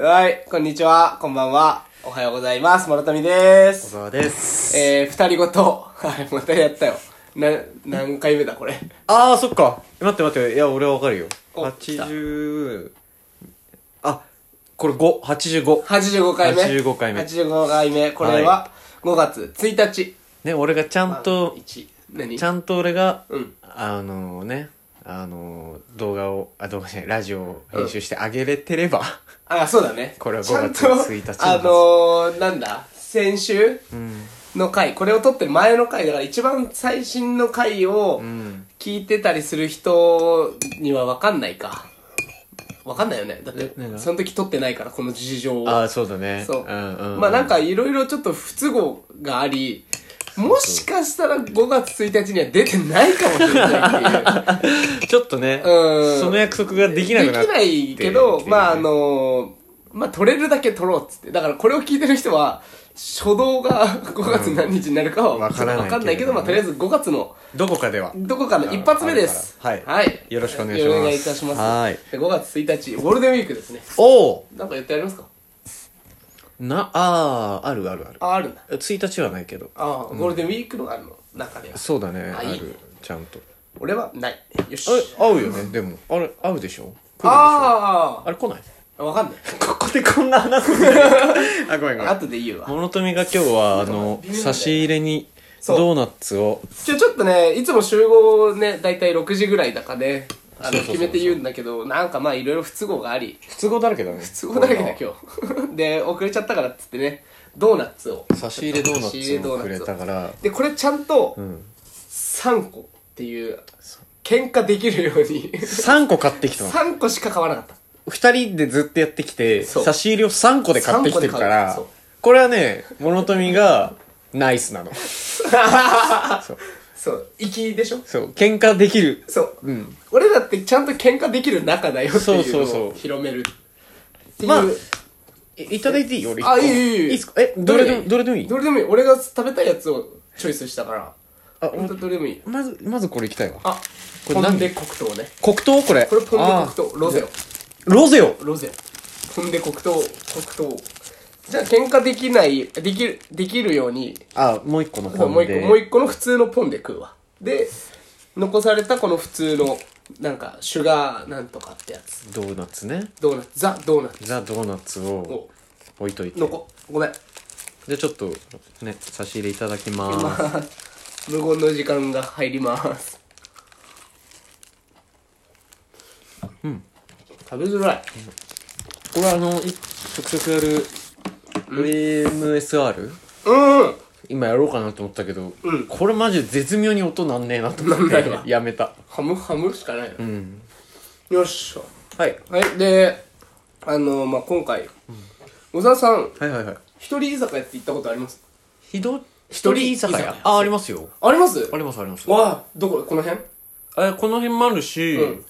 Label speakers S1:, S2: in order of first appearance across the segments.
S1: はい、こんにちは、こんばんは、おはようございます、もろたみ
S2: 小
S1: です。
S2: 沢です。
S1: えー、二人ごと、はい、またやったよ。な、何回目だ、これ。
S2: あー、そっか。待って待って。いや、俺はわかるよ。
S1: お来た
S2: 80、あ、これ5、85。
S1: 85回目。
S2: 85回目
S1: 85回目。これは、5月1日。
S2: ね、俺がちゃんと、
S1: 1、何
S2: ちゃんと俺が、
S1: うん
S2: あのね、あの動画を、あ、動画じゃない、ラジオを編集してあげれてれば、
S1: あ、そうだね。
S2: これは
S1: ちゃんと
S2: 5月1日
S1: あのー、なんだ、先週の回、これを撮ってる前の回だから、一番最新の回を聞いてたりする人には分かんないか。分かんないよね。だって
S2: 何、が
S1: その時撮ってないから、この事情を。
S2: あー、そうだね。
S1: そう。
S2: んうん、
S1: まあなん、かいろいろちょっと不都合があり、もしかしたら5月1日には出てないかもしれないっていう。
S2: ちょっとね、
S1: うん
S2: その約束ができなくなっ
S1: で
S2: て
S1: きないけど、
S2: きてるね
S1: まああのまあ取れるだけ取ろうっつって。だからこれを聞いてる人は、初動が 5月何日になるかは
S2: わからないけれどもね
S1: わかんないけど、まあとりあえず5月の
S2: どこかでは。
S1: どこかの一発目です。
S2: あるから
S1: は
S2: はい
S1: い。
S2: よろしくお願いします
S1: お願いいたします。
S2: はい
S1: で5月1日、ゴールデンウィークですね。
S2: おー
S1: なんかやってありますか
S2: な、あー、あるあるある。
S1: あ、あるんだ。
S2: 1日はないけど。
S1: ああ、ゴールデンウィークのあるの中では。
S2: そうだね、
S1: あ
S2: あ
S1: いい
S2: る。ちゃんと。
S1: 俺はない。よし。
S2: え合うよねでもあれ合うでしょ来るでしょ
S1: あ
S2: あれ来ない
S1: あわかんない。
S2: ここでこんな話すんだ あごめんごめん
S1: 後で言うわ。
S2: 物富が今日はあの差し入れに
S1: そう
S2: ドーナツを
S1: ちょ、ちょっとね、いつも集合ね、だいたい6時ぐらいだかね、あの、
S2: そうそうそうそう
S1: 決めて言うんだけど、なんかまあいろいろ不都合があり、
S2: 不都合だらけだね
S1: 不都合だらけだ今日。 で、遅れちゃったからっつってね、ドーナツを。
S2: 差し入れド
S1: 差し入
S2: ーナツ
S1: れド
S2: を
S1: ー
S2: く
S1: ナ
S2: れ
S1: ツ
S2: た
S1: を。
S2: から
S1: で、これちゃんと
S2: ん、
S1: 3個っていう、喧嘩できるように、
S2: 3個買ってきたの
S1: 3個しか買わなかった。
S2: 2人でずっとやってきて
S1: そう
S2: 差し入れを3個で買ってきてるか
S1: 三
S2: ら
S1: 個で買うそう
S2: これはね物富がナイスなの
S1: そう、粋でしょ
S2: そう喧嘩できる
S1: そう、俺だってちゃんと喧嘩できる仲だよって
S2: そう
S1: い
S2: そう
S1: う
S2: そ
S1: の
S2: う
S1: を広める。っていう。
S2: まあいいただいていいよ俺一個
S1: あいいいいいい
S2: いっすかえどれでもどれでもいい
S1: どれでもいい。俺が食べたいやつをチョイスしたから。
S2: あ
S1: 本当どれでもいい。
S2: まず、まずこれいきたいわ。
S1: あ、
S2: これ
S1: ポ
S2: 何
S1: ンデ黒糖ね。
S2: 黒糖これ。
S1: これポンデ
S2: あ
S1: 黒糖。ロゼオ。
S2: ーロゼオ
S1: ロゼオ。ポンデ黒糖、黒糖。じゃあ喧嘩できない、できる、できるように、
S2: あ、もう一個のポンで。
S1: もう一個、もう一個の普通のポンで食うわ。で、残されたこの普通の、なんか、シュガーなんとかってやつ。
S2: ドーナツね。
S1: ドーナツ、ザ・ドーナツ
S2: ザ・ドーナツを
S1: を、
S2: 置いといて。
S1: のこ、ごめん。
S2: じゃあちょっと、ね、差し入れいただきまーす。
S1: まあ 無言の時間が入りますうん食べづらい
S2: これあの、い直接やる、MSR?
S1: うん
S2: 今やろうかなと思ったけど、
S1: うん
S2: これマジで絶妙に音なんねえなと思っ
S1: なんないわ
S2: て、やめた。
S1: ハムハムしかないのよっしょ
S2: はい。
S1: はいであのまあ今回小沢さん
S2: はいはいはい。
S1: 一人居酒屋って行ったことあります
S2: ひど、
S1: 一
S2: 一
S1: 人
S2: 人
S1: 居
S2: 居
S1: 酒
S2: 酒
S1: 屋
S2: 屋あ、ありますよ。
S1: あります
S2: ありますあります。
S1: わあどここの辺
S2: え、この辺もあるし、
S1: うん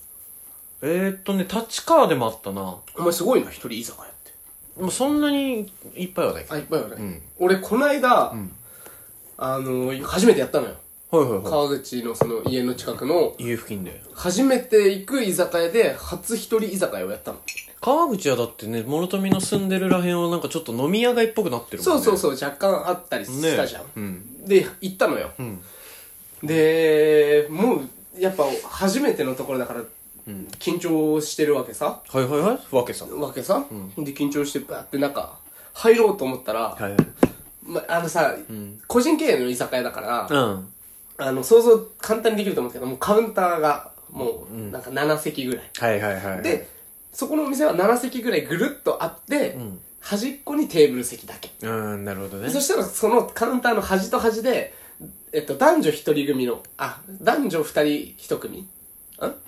S2: えー、っとね、立川でもあったな。も
S1: お前すごいな一人居酒屋って
S2: うそんなにいっぱいはないけ
S1: あいっぱいよね、
S2: ん
S1: 俺この間、あの初めてやったのよ
S2: ど。はいはいい。
S1: 川口のその家の近くの
S2: 家付近で。
S1: 初めて行く居酒屋で初一人居酒屋をやったの
S2: 川口はだってね、諸富の住んでるらへんはなんかちょっと飲み屋街っぽくなってるもん
S1: そう
S2: ね。
S1: そう
S2: う
S1: そう若干あったりしたじゃん、
S2: ねうん
S1: で行ったのよ、
S2: ん
S1: でもうやっぱ初めてのところだから緊張してるわけさ
S2: そう。はいはいはい。わけさん。
S1: わけさ、で緊張してバーって中入ろうと思ったら、
S2: い。
S1: ま、あのさ、個人経営の居酒屋だから、
S2: うん。
S1: あの想像簡単にできると思うんですけどもうカウンターがもうなんか7席ぐらい、
S2: はいはいはい。、
S1: でそこのお店は7席ぐらいぐるっとあって、端っこにテーブル席だけ、
S2: うーん、なるほどね。
S1: そしたらそのカウンターの端と端で、えっと、男女1人組のあ男女2人1組ん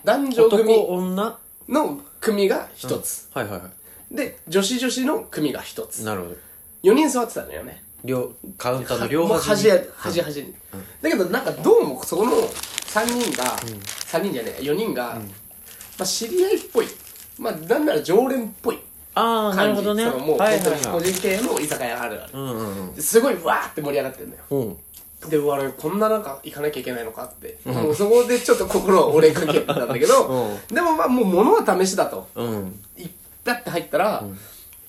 S1: 男女
S2: 男、
S1: 組
S2: 女。は
S1: の組が1つ、
S2: いはいは
S1: で女子女子の組が1
S2: い。
S1: つ
S2: なるほど。
S1: 4人座ってたのよね
S2: 両、カウンターの両
S1: もう
S2: 端
S1: 端
S2: に。
S1: や端端に、だけどなんかどうもそこの3人が、3人じゃねえ4人が、まあ、知り合いっぽいまあなんなら常連っぽい
S2: ああ、なるほどね。
S1: そのもう、
S2: はいはい
S1: 本当に個
S2: はい。
S1: 人系の居酒屋があるある
S2: う、んうんうん。
S1: ですごいわーって盛り上がってるんだよ
S2: うん。
S1: でうわ俺こんななんか行かなきゃいけないのかって、もうそこでちょっと心を折れかけてたんだけど、
S2: う
S1: でもまあもう物は試しだと
S2: うん。
S1: 行ったって入ったら、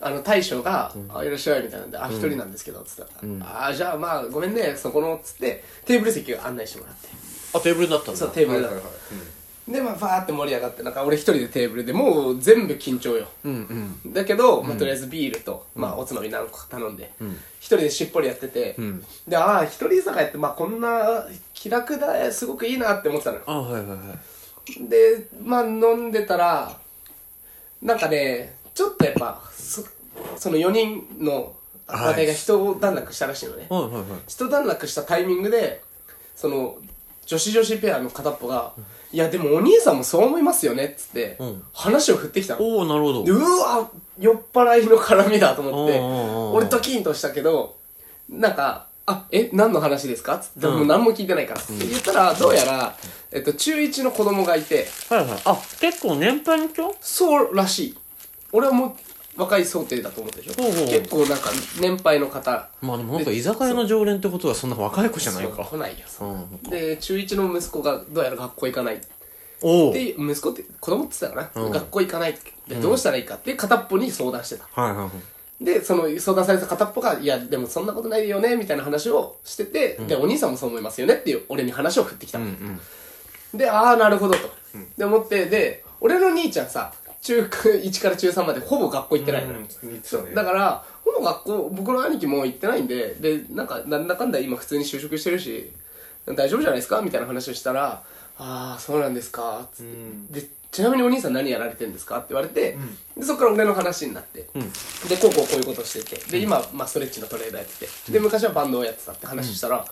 S1: あの大将が「あいらっしゃい」みたいなんで「あ一人なんですけど」つったら「ああじゃあまあごめんねそこの」つってテーブル席を案内してもらって
S3: あテーブルだったんだ
S1: そうテーブルだったでまあバーって盛り上がってなんか俺一人でテーブルでもう全部緊張よ、だけど、まあ、とりあえずビールと、まあ、おつまみ何個か頼んで一人でしっぽりやってて、でああ一人居酒屋って、まあ、こんな気楽ですごくいいなって思ってたのよ
S2: あはいはいはい
S1: でまあ飲んでたらなんかねちょっとやっぱそその4人の若手が一段落したらしいのね、
S2: はいはいはい
S1: 一段落したタイミングでその女子女子ペアの片っぽが「いやでもお兄さんもそう思いますよね」っつって
S2: ん
S1: 話を振ってきたの、
S2: おおなるほど
S1: でうわ酔っ払いの絡みだと思って
S2: おうおうおう
S1: 俺ドキンとしたけどなんか「あえ何の話ですか?」っつって「もう何も聞いてないから」って言ったらどうやら、えっと、中1の子供がいて
S3: はいはいあ結構年配の人
S1: そうらしい俺はもう若い想定だと思ってるでしょ
S3: ほうほう
S1: 結構なんか年配の方
S2: まあでもなんか居酒屋の常連ってことはそんな若い子じゃない
S1: そう
S2: か
S1: 来ないよ
S2: うん
S1: で中1の息子がどうやら学校行かない
S2: おおはい
S1: で息子って子供って言ってたかな、
S2: うん
S1: 学校行かないでどうしたらいいかって片っぽに相談してた
S2: はいはい
S1: でその相談された片っぽが「いやでもそんなことないよね」みたいな話をしてて、でお兄さんもそう思いますよねっていう俺に話を振ってきた、でああなるほどと、で思ってで俺の兄ちゃんさ中1から中3までほぼ学校行ってないのよ、
S2: うん
S1: だから、ほぼ学校、僕の兄貴も行ってないんで、で、なんか、なんだかんだ今普通に就職してるし、大丈夫じゃないですかみたいな話をしたら、ああ、そうなんですか、つって、で、ちなみにお兄さん何やられてるんですかって言われて、で、そこから俺の話になって、で、こうこうこういうことしてて、で、今、まあ、ストレッチのトレーダーやってて、で、昔はバンドをやってたって話したら、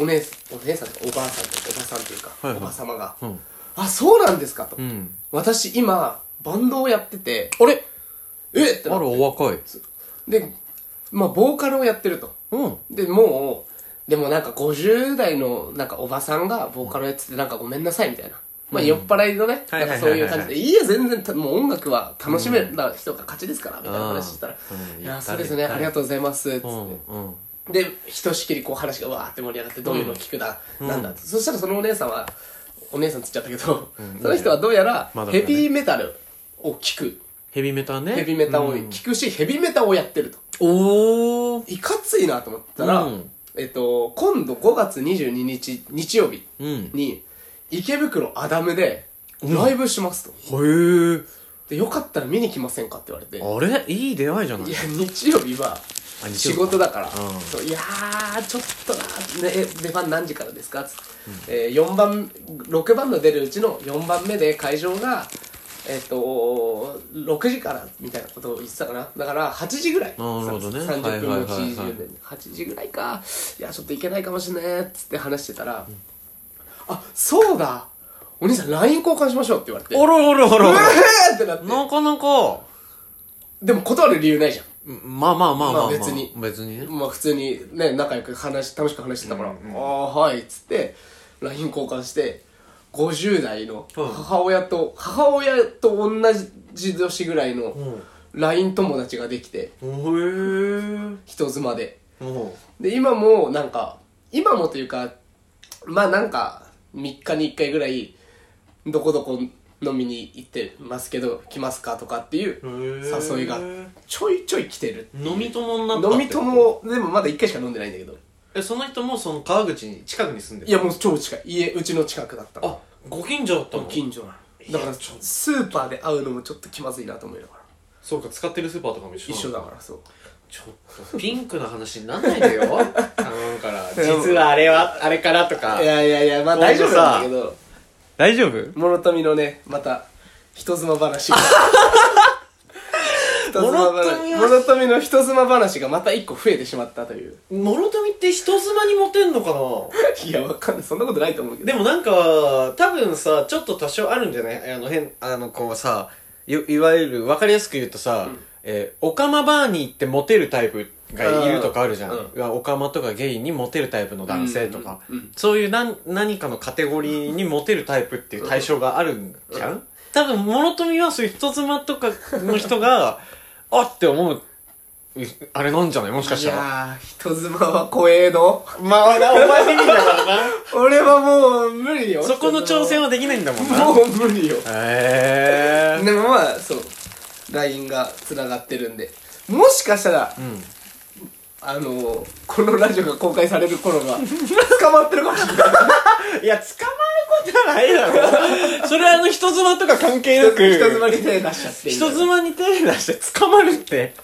S1: お姉さん、お姉さんとかおばあさんとかおばさんというか、
S2: はいはい
S1: おば様が、
S2: ん
S1: あ、そうなんですかと、
S2: ん
S1: 私今、バンドをやってて、
S2: あれ
S1: えってな
S2: あ
S1: っ
S2: ら
S1: て
S2: お若い
S1: で、まあ、ボーカルをやってると。
S2: うん
S1: で、もう、でもなんか50代のなんかおばさんがボーカルやっててなんかごめんなさいみたいな。まあ、酔っ払いのね、
S2: はい
S1: な
S2: はいは
S1: んか
S2: い
S1: そう
S2: はい
S1: いう感じで、いや、全然た、もう音楽は楽しめた人が勝ちですから、みたいな話したら、
S2: うん
S1: いや、そうですね、ありがとうございます、つって。
S2: うん
S1: で、ひとしきりこう話がわーって盛り上がって、どういうのを聞くだ、なんだってそしたらそのお姉さんは、お姉さんつっちゃったけど、その人はどうやら
S2: まだだね
S1: ヘビーメタルを聞く。
S2: ヘビメタね
S1: ヘビーメタを聞くし、ヘビーメタをやってると。
S2: おお
S1: いかついなと思ったら、
S2: うん
S1: えっと、今度5月22日、日曜日
S2: うん
S1: に、池袋アダムで、ライブしますと、
S2: へえ
S1: で、よかったら見に来ませんかって言われて、い
S2: あれいい出会いじゃない
S1: や、日曜日は、
S2: あ日曜
S1: 仕
S2: 日
S1: 事だから、
S2: うん
S1: そういやー、ちょっとなー、ね、え出番何時からですかつって、えー、4番、6番の出るうちの4番目で会場が、えっと、6時からみたいなことを言ってたかな。だから、8時ぐらい。
S2: なるほどね
S1: 30分
S2: はい
S1: の
S2: はいはいはい
S1: 1時で、8時ぐらいか。いや、ちょっと行けないかもしれないっつって話してたら、あ、そうだお兄さん LINE 交換しましょうって言われて。
S2: あらあらあらあら
S1: えーってな って。
S2: なかなか
S1: でも断る理由ないじゃん。
S2: まあまあまあ
S1: ま
S2: ま
S1: あ
S2: あ
S1: 別に
S2: 別にね
S1: まあ普通にね、仲良く話、楽しく話してたから、ああ、はい、っつって、LINE 交換して、50代の母親と、母親と同じ年ぐらいの LINE 友達ができて、
S2: へえ
S1: 人妻で。
S2: も
S1: で、今もなんか、今もというか、まあなんか、3日に1回ぐらい、どこどこ飲みに行ってますけど、来ますかとかっていう
S2: ー
S1: 誘いが、ちょいちょい来てる。
S2: う飲み友になったって
S1: 飲み友、でもまだ1回しか飲んでないんだけど。
S2: えその人もその川口に近くに住んで
S1: いやもう超近い家うちの近くだった
S2: あご近所だったの
S1: 近所なのだからスーパーで会うのもちょっと気まずいなと思いながら
S2: そうか使ってるスーパーとかも一緒
S1: 一
S2: なの
S1: 緒だからそう
S2: ちょっとピンクな話になんない でよ頼むから
S1: でも
S2: 実はあれはあれからとか
S1: いやいやいやまあ
S2: 今
S1: 大
S2: 後
S1: 丈
S2: さ
S1: 夫なんだけど
S2: 大丈夫
S1: 諸富のねまた人妻 話が
S2: 諸
S1: 人妻話
S2: 富は
S1: 諸富の人妻話がまた一個増えてしまったという
S2: 諸富って人妻にモテんのかない
S1: やわかんないそんなことないと思うけど
S2: でもなんか多分さちょっと多少あるんじゃないあの変あのこうさいいわゆる分かりやすく言うとさ、えーオカマバーに行ってモテるタイプがいるとかあるじゃん、
S1: うん
S2: うわオカマとかゲイにモテるタイプの男性とか、
S1: うんうんうん
S2: そういうなん何かのカテゴリーにモテるタイプっていう対象があるんじゃん、多分諸富はそういう人妻とかの人があって思ううあれなんじゃないもしか
S1: い
S2: したら
S1: やー人妻は怖えの
S2: まあなお前ビビだからな
S1: 俺はもう無理よ
S2: そこの挑戦はできないんだもんな
S1: もう無理よ
S2: へえ
S1: でもまあそう LINE がつながってるんでもしかしたら、
S2: ん
S1: あのこのラジオが公開される頃が捕まってるかもしれない
S2: いや、捕まることはない だろ。それはあの、人妻とか関係なく。
S1: 人妻に手出しちゃって
S2: 人妻に手出して捕まるって。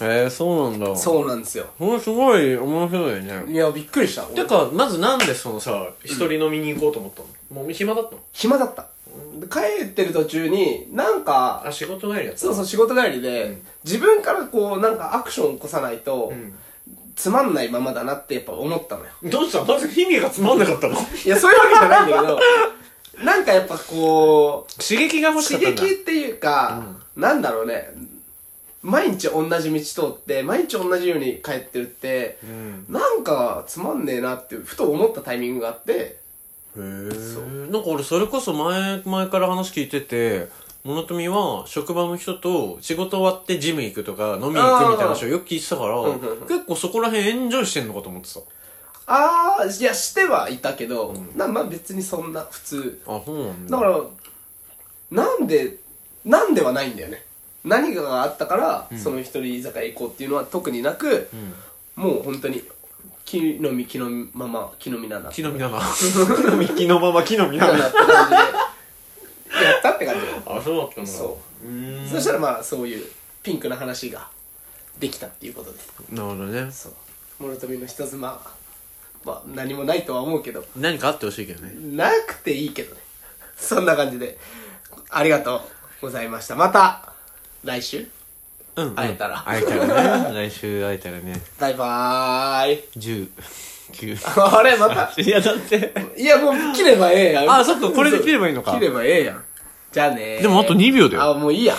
S2: えー、そうなんだ。う。
S1: そうなんですよ
S2: これすごい面白いね。
S1: いやびっくりした
S2: て
S1: 俺
S2: か、まずなんでそのさ、一人飲みに行こうと思ったの、もう暇だったの
S1: 暇だったで帰ってる途中になんか
S2: あ、仕事帰りだった。
S1: そうそうう仕事帰りで、自分からこうなんかアクション起こさないと、つまんないままだなってやっぱ思ったのよ
S2: どうしたのまず日々がつまんなかったの
S1: いやそういうわけじゃないんだ けどなんかやっぱこう
S2: 刺激が欲しか
S1: 刺
S2: ったんだ。
S1: 激っていうか、なんだろうね毎日同じ道通って毎日同じように帰ってるって、なんかつまんねえなってふと思ったタイミングがあって
S2: へーなんか俺それこそ前前から話聞いてて物富は職場の人と仕事終わってジム行くとか飲みに行くみたいな話をよく聞いてたから
S1: んうんうん
S2: 結構そこら辺エンジョイしてんのかと思ってた
S1: ああいやしてはいたけど、なまあ別にそんな普通
S2: あそうなん
S1: だ
S2: だ
S1: からなんでなんではないんだよね何かがあったから、その一人居酒屋行こうっていうのは特になく、もう本当に木の実木のまま木の実なんだ
S2: 木の実だな木の実木のまま木の実
S1: な
S2: だ
S1: んだ
S2: な
S1: って感じでやったって感じだよ
S2: あそうだったんだ
S1: そう
S2: ーん
S1: うそしたらまあそういうピンクな話ができたっていうことです
S2: なるほどね
S1: そう諸富の人妻はまあ何もないとは思うけど
S2: 何かあってほしいけどね
S1: なくていいけどねそんな感じでありがとうございましたまた来週
S2: うん
S1: 会えたら
S2: 会えたらね来週会えたらね
S1: バイバーイ
S2: 10 9
S1: あれまた
S2: いやだって
S1: いやもう切ればええやん
S2: あそっかこれで切ればいいのか
S1: 切ればええやんじゃあねー
S2: でもあと2秒だよ
S1: あもういいや